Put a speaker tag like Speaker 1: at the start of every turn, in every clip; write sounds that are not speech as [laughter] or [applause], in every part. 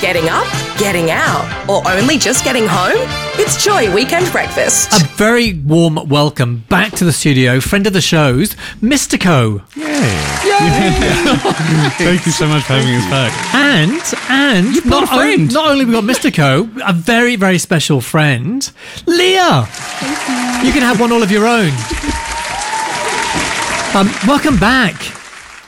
Speaker 1: Getting up, getting out, or only just getting home? It's Joy Weekend Breakfast.
Speaker 2: A very warm welcome back to the studio, friend of the shows, Mystico.
Speaker 3: [laughs] Thank you so much for having us back.
Speaker 2: And and
Speaker 4: brought
Speaker 2: not,
Speaker 4: a friend.
Speaker 2: on- not only we got Mystico, a very, very special friend, Leah. you. can have one all of your own. Um, welcome back.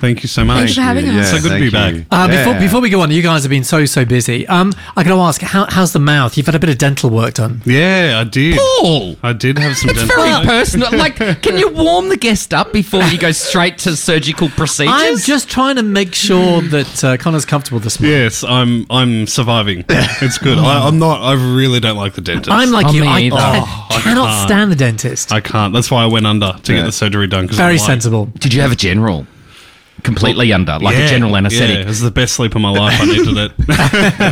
Speaker 3: Thank you so much.
Speaker 5: Thanks for having us.
Speaker 3: So good to
Speaker 6: thank
Speaker 3: be back.
Speaker 6: you.
Speaker 2: Uh,
Speaker 6: Yeah.
Speaker 2: Before before we go on, you guys have been so so busy. Um, I gotta ask, how, how's the mouth? You've had a bit of dental work done.
Speaker 3: Yeah, I did.
Speaker 5: Paul!
Speaker 3: I did have some
Speaker 5: It's
Speaker 3: dental.
Speaker 5: very
Speaker 3: work.
Speaker 5: personal. Like, can you warm the guest up before you go straight to surgical procedures?
Speaker 2: I'm just trying to make sure that uh, Connor's comfortable this morning.
Speaker 3: Yes, I'm. I'm surviving. It's good. I, I'm not. I really don't like the dentist.
Speaker 2: I'm like
Speaker 5: Oh,
Speaker 2: you.
Speaker 5: me
Speaker 2: I,
Speaker 5: either.
Speaker 2: I cannot
Speaker 3: can't.
Speaker 2: stand the dentist.
Speaker 3: I can't. That's why I went under to
Speaker 6: Yeah.
Speaker 3: get the surgery done. 'cause
Speaker 2: Very
Speaker 3: I'm like-
Speaker 2: sensible.
Speaker 5: Did you have a general? Completely under, like
Speaker 3: Yeah,
Speaker 5: a general anaesthetic.
Speaker 3: Yeah, it's the best sleep of my life. I needed
Speaker 5: [laughs]
Speaker 3: it.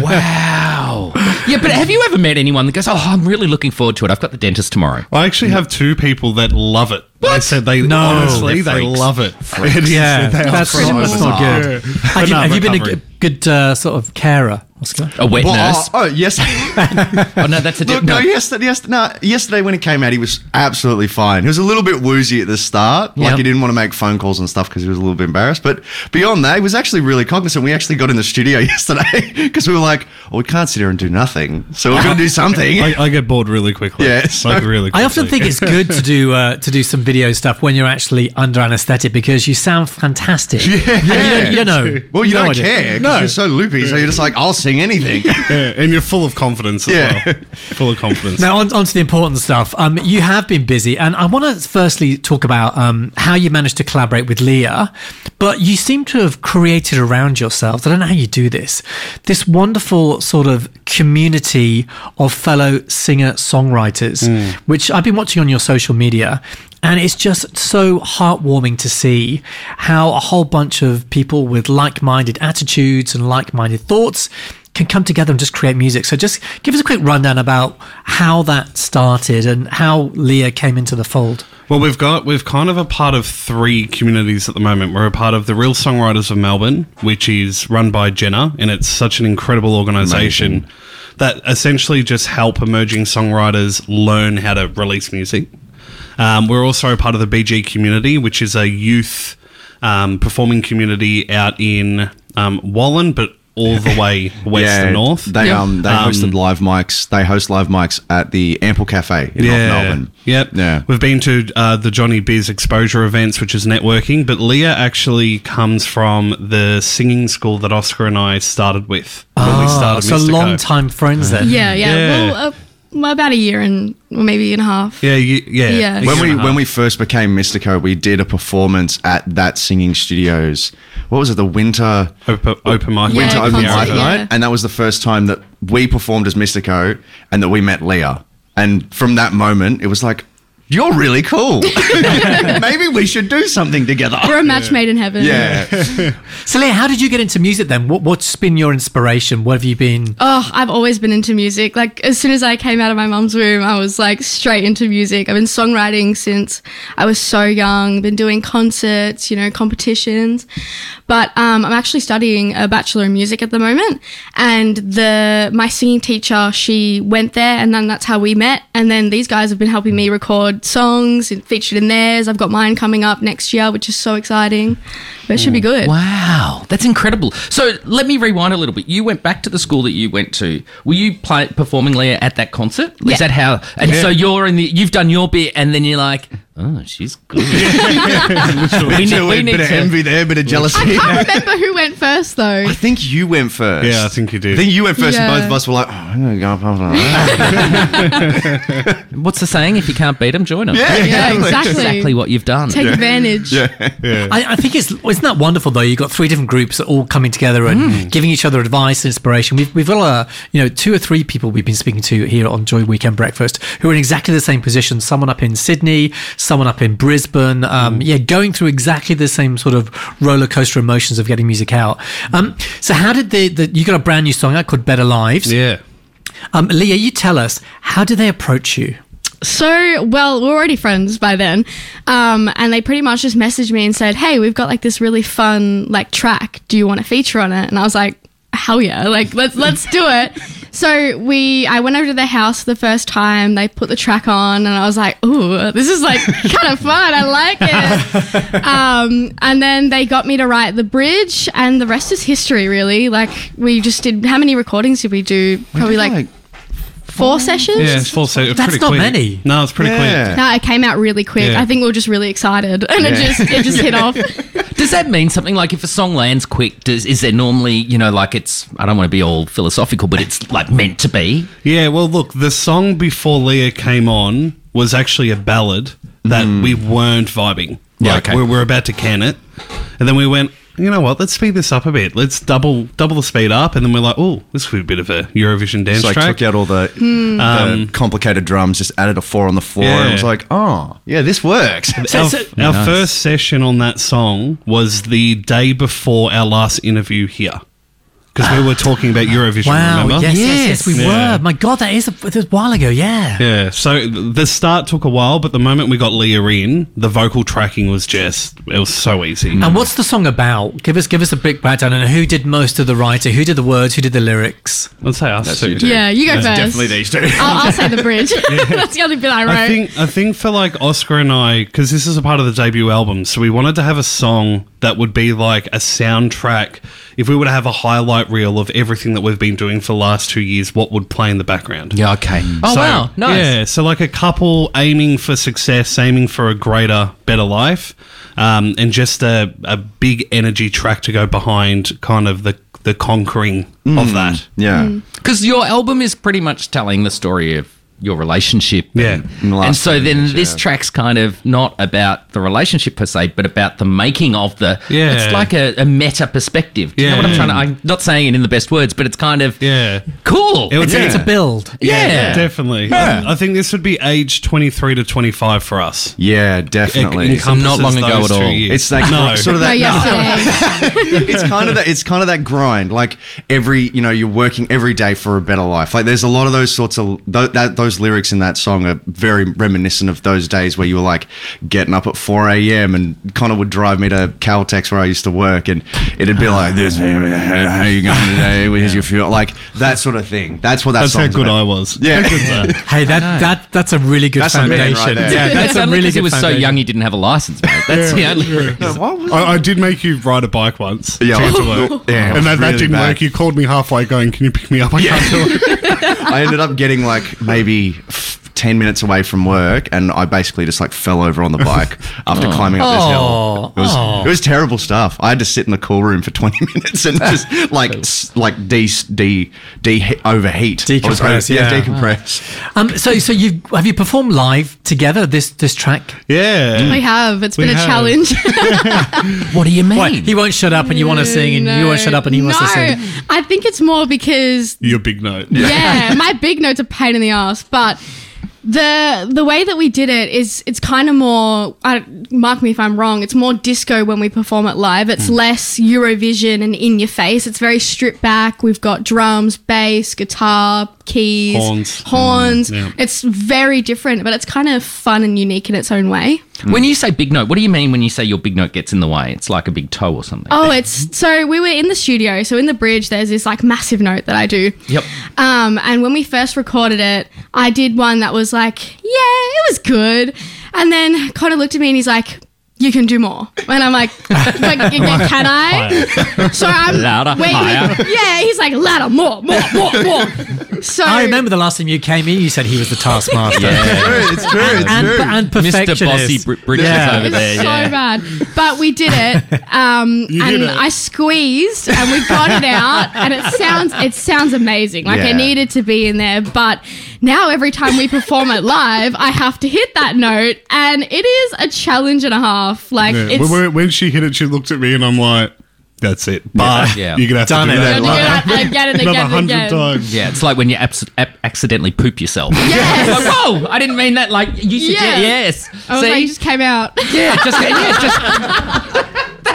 Speaker 5: Wow. Oh. Yeah, but have you ever met anyone that goes, "Oh, I'm really looking forward to it. I've got the dentist tomorrow."
Speaker 3: I actually have two people that love it. They
Speaker 5: What?
Speaker 3: said they
Speaker 2: No.
Speaker 3: honestly
Speaker 5: They're
Speaker 3: they
Speaker 5: freaks.
Speaker 3: love it. [laughs]
Speaker 5: Freaks.
Speaker 3: It is.
Speaker 2: Yeah,
Speaker 3: They are
Speaker 2: that's-
Speaker 3: freaks.
Speaker 2: that's not
Speaker 3: Yeah.
Speaker 2: good.
Speaker 3: But
Speaker 2: Have you,
Speaker 3: no,
Speaker 2: have you been a
Speaker 3: recovering.
Speaker 2: good, good uh, sort of carer, Oscar?
Speaker 5: A wet
Speaker 6: Well,
Speaker 5: nurse.
Speaker 6: oh, oh, yes.
Speaker 5: Oh, no, that's a
Speaker 6: Look,
Speaker 5: different.
Speaker 6: no, yesterday, yesterday, no, yesterday when he came out, he was absolutely fine. He was a little bit woozy at the start,
Speaker 5: Yeah.
Speaker 6: like he didn't want to make phone calls and stuff because he was a little bit embarrassed. But beyond that, he was actually really cognizant. We actually got in the studio [laughs] yesterday because we were like, "Oh, we can't sit here and do nothing, so we're going to do something."
Speaker 3: I, I get bored really quickly.
Speaker 6: Yeah, so-
Speaker 3: like really. Quickly.
Speaker 2: I often think it's good to do uh, to do some video stuff when you're actually under anaesthetic because you sound fantastic. Yeah, you, don't, you don't know.
Speaker 6: [laughs] well, you
Speaker 2: no
Speaker 6: don't
Speaker 2: idea.
Speaker 6: care because you're so loopy, so you're just like, "I'll sing anything."
Speaker 3: Yeah, and you're full of confidence as
Speaker 6: Yeah.
Speaker 3: well. Full of confidence.
Speaker 2: Now, on, on to the important stuff. Um, you have been busy, and I want to firstly talk about um, how you managed to collaborate with Leah, but you seem to have created around yourselves, I don't know how you do this, this wonderful sort of community of fellow singer songwriters, which I've been watching on your social media. And it's just so heartwarming to see how a whole bunch of people with like minded attitudes and like minded thoughts can come together and just create music. So just give us a quick rundown about how that started and how Leah came into the fold.
Speaker 3: Well, we've got we've kind of a part of three communities at the moment. We're a part of the Real Songwriters of Melbourne, which is run by Jenna, and it's such an incredible organisation that essentially just help emerging songwriters learn how to release music. Um, we're also a part of the BG community, which is a youth um, performing community out in um, Wallen, but all the
Speaker 6: [laughs]
Speaker 3: way west and north.
Speaker 6: They um they hosted live mics. They host live mics at the Ample Cafe in North Melbourne.
Speaker 3: Yep.
Speaker 6: Yeah.
Speaker 3: We've been to uh, the Johnny Biz exposure events, which is networking, but Leah actually comes from the singing school that Oscar and I started with. When we started
Speaker 2: Ah, so
Speaker 3: Mystico.
Speaker 2: long time friends then.
Speaker 5: Yeah.
Speaker 7: Yeah, yeah.
Speaker 3: Yeah.
Speaker 7: Well, uh, well, about a year and well, maybe and a half.
Speaker 3: Yeah, you, yeah.
Speaker 7: Yeah.
Speaker 3: A year
Speaker 6: when we
Speaker 3: and a
Speaker 6: when
Speaker 3: half.
Speaker 6: we first became Mystico, we did a performance at that singing studios. What was it? The winter
Speaker 3: open, open mic.
Speaker 7: Yeah,
Speaker 6: winter
Speaker 7: concert,
Speaker 6: open mic
Speaker 7: yeah.
Speaker 6: night, and that was the first time that we performed as Mystico, and that we met Leah. And from that moment, it was like, "You're really cool. [laughs] Maybe we should do something together."
Speaker 7: We're a match made in heaven.
Speaker 6: [laughs] Yeah,
Speaker 2: So Leah, how did you get into music then? What, what's been your inspiration? What have you been?
Speaker 7: Oh, I've always been into music. Like as soon as I came out of my mum's womb, I was like straight into music. I've been songwriting since I was so young. Been doing concerts, you know, competitions. But um, I'm actually studying a bachelor in music at the moment, and the my singing teacher she went there, and then that's how we met. And then these guys have been helping me record songs and featured in theirs. I've got mine coming up next year, which is so exciting. But it should be good.
Speaker 5: Mm. Wow, that's incredible. So let me rewind a little bit. You went back to the school that you went to. Were you play, performing Leah at that concert?
Speaker 7: Yeah.
Speaker 5: Is that how? And so you're in the. You've done your bit, and then you're like, oh, she's good. we need, we
Speaker 6: a
Speaker 5: need
Speaker 6: bit of
Speaker 5: to-
Speaker 6: envy there, a bit of jealousy.
Speaker 7: I remember who went first though.
Speaker 6: I think you went first.
Speaker 3: Yeah, I think you did.
Speaker 6: I think you went first,
Speaker 7: Yeah.
Speaker 6: and both of us were like, oh, "I'm gonna go up."
Speaker 5: What's the saying? If you can't beat them, join them.
Speaker 7: Yeah,
Speaker 5: That's
Speaker 7: exactly.
Speaker 5: exactly what you've done.
Speaker 7: Take advantage.
Speaker 2: I, I think it's isn't that wonderful though. You've got three different groups that are all coming together and
Speaker 3: Mm.
Speaker 2: giving each other advice and inspiration. We've we've got uh, you know two or three people we've been speaking to here on Joy Weekend Breakfast who are in exactly the same position. Someone up in Sydney, someone up in Brisbane.
Speaker 3: Mm.
Speaker 2: Um, yeah, going through exactly the same sort of roller coaster emotions of getting music out. Um, so how did the, the you got a brand new song out called Better Lives?
Speaker 3: Yeah.
Speaker 2: Um, Leah, you tell us how did they approach you?
Speaker 7: So, well, we're already friends by then. Um, and they pretty much just messaged me and said, Hey, we've got like this really fun like track. Do you want to feature on it? And I was like, Hell yeah, like let's let's do it. So we I went over to their house for the first time, they put the track on and I was like, Ooh, this is like [laughs] kind of fun. I like it. [laughs] Um, and then they got me to write the bridge and the rest is history really. Like we just did how many recordings did we do? Probably like, four sessions.
Speaker 3: Yeah, it's full set. It's
Speaker 2: That's
Speaker 3: pretty
Speaker 2: not
Speaker 3: quick.
Speaker 2: many.
Speaker 3: No, it's pretty
Speaker 6: Yeah.
Speaker 3: quick.
Speaker 7: No, it came out really quick.
Speaker 3: Yeah.
Speaker 7: I think we were just really excited, and it just it just
Speaker 3: [laughs]
Speaker 7: hit off.
Speaker 5: Does that mean something like if a song lands quick, does is there normally, you know, like it's I don't want to be all philosophical, but it's like meant to be?
Speaker 3: Yeah, well, look, the song before Leah came on was actually a ballad that
Speaker 6: Hmm.
Speaker 3: we weren't vibing.
Speaker 5: Yeah,
Speaker 3: like
Speaker 5: okay.
Speaker 3: we were about to can it, and then we went. You know what? Let's speed this up a bit. Let's double double the speed up, and then we're like, "Oh, this could be a bit of a Eurovision dance
Speaker 6: So I
Speaker 3: track." Um,
Speaker 6: took out all the, the complicated drums, just added a four on the floor, and
Speaker 3: Yeah.
Speaker 6: I was like, oh, yeah, this works.
Speaker 3: our, our first session on that song was the day before our last interview here because we were talking about Eurovision.
Speaker 2: Wow,
Speaker 3: remember?
Speaker 2: yes, yes, yes, we
Speaker 3: Yeah.
Speaker 2: were. My God, that is a, that was a while ago. Yeah.
Speaker 3: Yeah, so th- the start took a while, but the moment we got Leah in, the vocal tracking was just, it was so easy.
Speaker 2: And what's the song about? Give us give us a big background and who did most of the writing, who did the words, who did the lyrics?
Speaker 3: Let's say us
Speaker 6: you
Speaker 3: two.
Speaker 6: do.
Speaker 7: Yeah, you go first.
Speaker 6: these two.
Speaker 7: I'll, I'll say
Speaker 3: [laughs]
Speaker 7: the bridge. That's the only bit I wrote.
Speaker 3: I think I think for like Oscar and I, because this is a part of the debut album, so we wanted to have a song that would be like a soundtrack. If we were to have a highlight reel of everything that we've been doing for the last two years, what would play in the background?
Speaker 5: Yeah, okay. Oh
Speaker 3: So-
Speaker 5: wow, nice.
Speaker 3: Yeah, so like a couple aiming for success, aiming for a greater, better life, um, and just a, a big energy track to go behind kind of the, the conquering
Speaker 8: Mm.
Speaker 3: of that.
Speaker 6: yeah.
Speaker 5: Because your album is pretty much telling the story of your relationship.
Speaker 3: Yeah.
Speaker 6: In the
Speaker 5: And
Speaker 6: last
Speaker 5: so
Speaker 6: ten
Speaker 5: then
Speaker 6: years,
Speaker 5: this
Speaker 6: yeah.
Speaker 5: track's kind of not about the relationship per se, but about the making of the.
Speaker 3: Yeah.
Speaker 5: It's like a, a meta perspective. Do you know what I'm
Speaker 3: Yeah.
Speaker 5: trying to. I'm not saying it in the best words, but it's kind of.
Speaker 3: Yeah.
Speaker 5: Cool.
Speaker 3: It would
Speaker 2: It's,
Speaker 3: be-
Speaker 2: a, it's a build.
Speaker 5: yeah.
Speaker 3: Definitely. I, I think this would be age 23 to 25 for us.
Speaker 6: Yeah, definitely.
Speaker 3: It encompasses
Speaker 5: Not long ago
Speaker 3: those
Speaker 5: at
Speaker 3: two
Speaker 5: all.
Speaker 3: years.
Speaker 6: it's like
Speaker 8: [laughs]
Speaker 3: No.
Speaker 6: sort of
Speaker 7: no,
Speaker 3: [laughs]
Speaker 6: that.
Speaker 7: yesterday.
Speaker 6: it's kind of that. It's kind of that grind. Like every, you know, you're working every day for a better life. Like there's a lot of those sorts of th- that, those lyrics in that song are very reminiscent of those days where you were like getting up at 4 a.m. and Connor would drive me to Caltex where I used to work, and it'd be like this. How are you going today? Where's your fuel? Like that sort of thing. That's what that
Speaker 3: That's how
Speaker 6: song's
Speaker 3: good
Speaker 6: about.
Speaker 3: I was.
Speaker 6: Yeah.
Speaker 2: Hey, that, that that's a really good
Speaker 6: That's a man right
Speaker 2: foundation.
Speaker 6: there.
Speaker 2: yeah,
Speaker 5: That's
Speaker 2: that's a
Speaker 5: only
Speaker 2: really
Speaker 5: because
Speaker 2: good
Speaker 5: he was so
Speaker 2: foundation.
Speaker 5: young he didn't have a license, mate. That's the only.
Speaker 6: No, why was
Speaker 8: [laughs] I, I did make you ride a bike once.
Speaker 6: Yeah,
Speaker 8: to get to
Speaker 6: well,
Speaker 8: work.
Speaker 6: yeah,
Speaker 8: and that, that
Speaker 6: really
Speaker 8: didn't
Speaker 6: bad.
Speaker 8: work. You called me halfway going, "Can you pick me up? I can't do it."
Speaker 6: I ended up getting like maybe f- 10 minutes away from work and I basically just like fell over on the bike after climbing up this hill. It was, it was terrible stuff. I had to sit in the cool room for 20 [laughs] minutes and just like s- like de, de, de overheat. I was over-
Speaker 2: Decompress,
Speaker 6: yeah,
Speaker 2: yeah. [laughs]
Speaker 6: decompress.
Speaker 2: Um, so so you have you performed live together this this track?
Speaker 3: Yeah.
Speaker 7: we have. It's
Speaker 3: We
Speaker 7: been a
Speaker 3: have.
Speaker 7: challenge.
Speaker 5: What do you mean?
Speaker 2: Wait, he won't shut up and you want to sing and you won't shut up and he
Speaker 7: [laughs] no,
Speaker 2: wants to sing.
Speaker 7: I think it's more because
Speaker 8: Your big note.
Speaker 3: [laughs]
Speaker 7: yeah, my big note's a pain in the ass, but the the way that we did it is it's kind of more. I, mark me if I'm wrong. It's more disco when we perform it live. It's
Speaker 3: Hmm.
Speaker 7: less Eurovision and in your face. It's very stripped back. We've got drums, bass, guitar, keys,
Speaker 3: Horns. Hmm,
Speaker 7: horns.
Speaker 3: yeah.
Speaker 7: It's very different, but it's kind of fun and unique in its own way.
Speaker 5: When you say big note, what do you mean when you say your big note gets in the way? It's like a big toe or something.
Speaker 7: Oh, it's so we were in the studio. So in the bridge, there's this like massive note that I do.
Speaker 5: Yep.
Speaker 7: Um, and when we first recorded it, I did one that was like, yeah, it was good. And then Connor looked at me and he's like, you can do more.
Speaker 5: [laughs]
Speaker 7: And I'm like, "But can I? So I'm
Speaker 5: Louder,
Speaker 7: wait,
Speaker 5: higher.
Speaker 7: Yeah, he's like, louder, more, more, more, more. So
Speaker 2: I remember the last time you came here, you said he was
Speaker 5: [laughs]
Speaker 2: the taskmaster.
Speaker 6: It's true. It's
Speaker 2: And, and perfectionist.
Speaker 5: Mr. Bossy Br- Bridges
Speaker 2: Yeah.
Speaker 5: over
Speaker 7: It's
Speaker 5: there.
Speaker 7: so
Speaker 5: yeah.
Speaker 7: bad. But we did it. Um, and
Speaker 8: did it.
Speaker 7: I squeezed and we got it out and it sounds it sounds amazing. Like
Speaker 6: Yeah.
Speaker 7: it needed to be in there. But now every time we perform it live, I have to hit that note and it is a challenge and a half. Like
Speaker 8: Yeah.
Speaker 7: it's
Speaker 8: When, when she hit it, she looked at me, and I'm like, That's it. But
Speaker 5: Yeah.
Speaker 8: you're gonna have
Speaker 2: Done
Speaker 8: to do
Speaker 2: it.
Speaker 7: Gotta
Speaker 8: that
Speaker 7: do
Speaker 8: like
Speaker 7: that again and
Speaker 8: another
Speaker 7: again and
Speaker 8: hundred
Speaker 7: again.
Speaker 8: times.
Speaker 5: Yeah, it's like when you abs- ab- accidentally poop yourself. Yes. whoa! I didn't mean that. Like you should.
Speaker 7: Yeah.
Speaker 5: get- yes.
Speaker 7: I was
Speaker 5: See?
Speaker 7: like, you just came out.
Speaker 5: yeah. Just. Yeah. Just.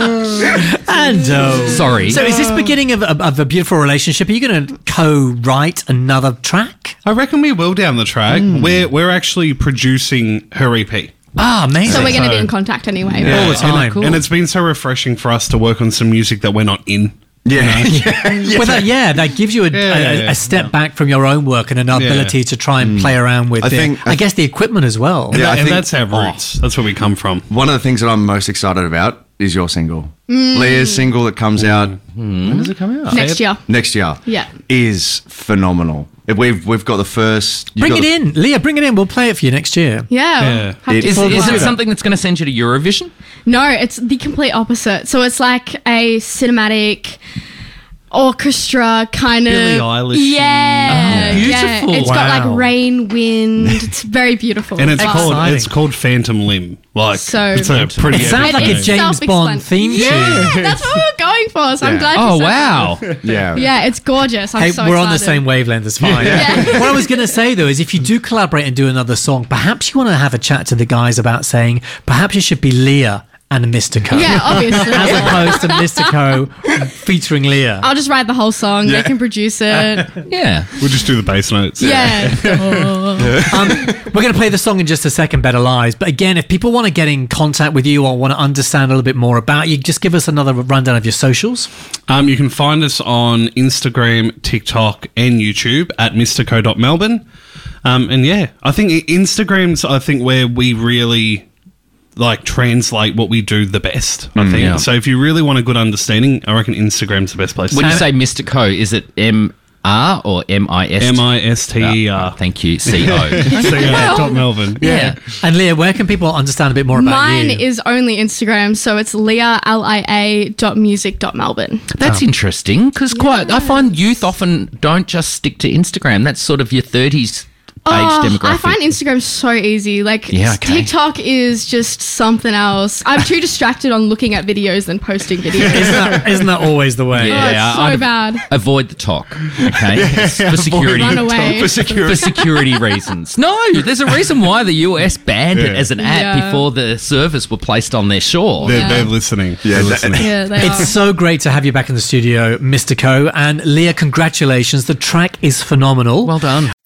Speaker 2: And oh.
Speaker 5: Sorry.
Speaker 2: So is this the beginning of, of, of a beautiful relationship? Are you going to co-write another track?
Speaker 3: I reckon we will down the track.
Speaker 8: Mm.
Speaker 3: We're we're actually producing her E EP.
Speaker 2: Ah, amazing.
Speaker 7: [laughs] so we're going to be in contact anyway.
Speaker 2: all the
Speaker 3: And-
Speaker 2: time.
Speaker 3: And it's been so refreshing for us to work on some music that we're not in.
Speaker 6: Yeah.
Speaker 2: Well, that, yeah, that gives you a,
Speaker 3: Yeah, yeah,
Speaker 2: a,
Speaker 3: yeah.
Speaker 2: a step back from your own work and an ability to try and play around with.
Speaker 6: I
Speaker 2: the-
Speaker 6: think-
Speaker 2: I guess the equipment as well.
Speaker 6: Yeah, I
Speaker 3: and
Speaker 6: think-
Speaker 3: that's our roots. Oh, That's where we come from.
Speaker 6: One of the things that I'm most excited about is your single. Leah's single that comes out when does it come out?
Speaker 7: Next year.
Speaker 6: Next year.
Speaker 7: Yeah.
Speaker 6: Is phenomenal. We've we've got the first you've
Speaker 2: Bring
Speaker 6: got
Speaker 2: it
Speaker 6: the-
Speaker 2: in, Leah. Bring it in. We'll play it for you next year.
Speaker 7: Yeah. Have
Speaker 6: It
Speaker 7: to
Speaker 5: Is, is
Speaker 7: fall
Speaker 5: it
Speaker 7: apart.
Speaker 5: something that's going to send you to Eurovision?
Speaker 7: No, it's the complete opposite. So it's like a cinematic orchestra kind
Speaker 3: Billie
Speaker 7: of.
Speaker 3: Eilish-y.
Speaker 7: Yeah.
Speaker 5: Oh,
Speaker 7: yeah.
Speaker 5: beautiful.
Speaker 7: It's got
Speaker 2: Wow.
Speaker 7: like rain, wind. It's very beautiful.
Speaker 3: And it's
Speaker 7: Wow.
Speaker 3: called
Speaker 2: Exciting.
Speaker 3: it's called Phantom Limb. Like
Speaker 7: So
Speaker 3: it's a pretty
Speaker 2: It sounds like
Speaker 7: It
Speaker 2: a
Speaker 7: is
Speaker 2: James Bond
Speaker 7: self-explan-
Speaker 2: theme tune.
Speaker 7: Yeah, that's what we were going for. So I'm
Speaker 6: Yeah.
Speaker 7: glad. you
Speaker 5: Oh
Speaker 7: said
Speaker 5: wow!
Speaker 6: Yeah.
Speaker 7: that. Yeah, it's gorgeous. I'm
Speaker 2: Hey,
Speaker 7: so
Speaker 2: we're on the
Speaker 7: excited.
Speaker 2: same wavelength. It's fine.
Speaker 7: Yeah.
Speaker 2: [laughs] what I was going to say though is, if you do collaborate and do another song, perhaps you want to have a chat to the guys about saying perhaps it should be Leah and Mystico,
Speaker 7: Yeah, Oh. obviously.
Speaker 2: [laughs] as opposed to Mystico featuring Leah.
Speaker 7: I'll just write the whole song. They can produce it.
Speaker 5: Yeah.
Speaker 3: We'll just do the bass notes.
Speaker 7: yeah.
Speaker 2: um, we're going to play the song in just a second, Better Lies. But again, if people want to get in contact with you or want to understand a little bit more about you, just give us another rundown of your socials.
Speaker 3: Um, you can find us on Instagram, TikTok, and YouTube at mystico.melbourne. Um, and yeah, I think i- Instagram's I think where we really like translate what we do the best. I think
Speaker 5: Mm, yeah.
Speaker 3: so. If you really want a good understanding, I reckon Instagram's the best place.
Speaker 5: When you say Mr. Co, is it M R or M I S?
Speaker 3: M I S T E R.
Speaker 5: Thank you, C O.
Speaker 3: Top Melbourne.
Speaker 5: yeah.
Speaker 2: And Leah, where can people understand a bit more about
Speaker 7: Mine
Speaker 2: you?
Speaker 7: is only Instagram, so it's Leah L I A dot music dot Melbourne.
Speaker 5: That's interesting because quite I find youth often don't just stick to Instagram. That's sort of your thirties age demographic.
Speaker 7: Oh, I find Instagram so easy. Like
Speaker 5: Yeah, okay.
Speaker 7: TikTok is just something else. I'm too distracted on looking at videos than posting videos.
Speaker 5: [laughs]
Speaker 2: isn't, that, isn't that always the way?
Speaker 7: Oh, it's
Speaker 5: Yeah,
Speaker 7: so
Speaker 5: I'd-
Speaker 7: bad.
Speaker 5: avoid the talk, okay? It's for security. [laughs]
Speaker 7: Run away.
Speaker 6: For security.
Speaker 5: For security reasons. No, there's a reason why the US banned it as an app
Speaker 7: Yeah.
Speaker 5: before the servers were placed on their shore.
Speaker 3: They're,
Speaker 7: Yeah.
Speaker 3: they're listening.
Speaker 6: Yeah,
Speaker 3: They're
Speaker 6: that-
Speaker 3: listening.
Speaker 7: Yeah, they are.
Speaker 2: It's so great to have you back in the studio, Mr. Co. And Leah, congratulations. The track is phenomenal.
Speaker 5: Well done.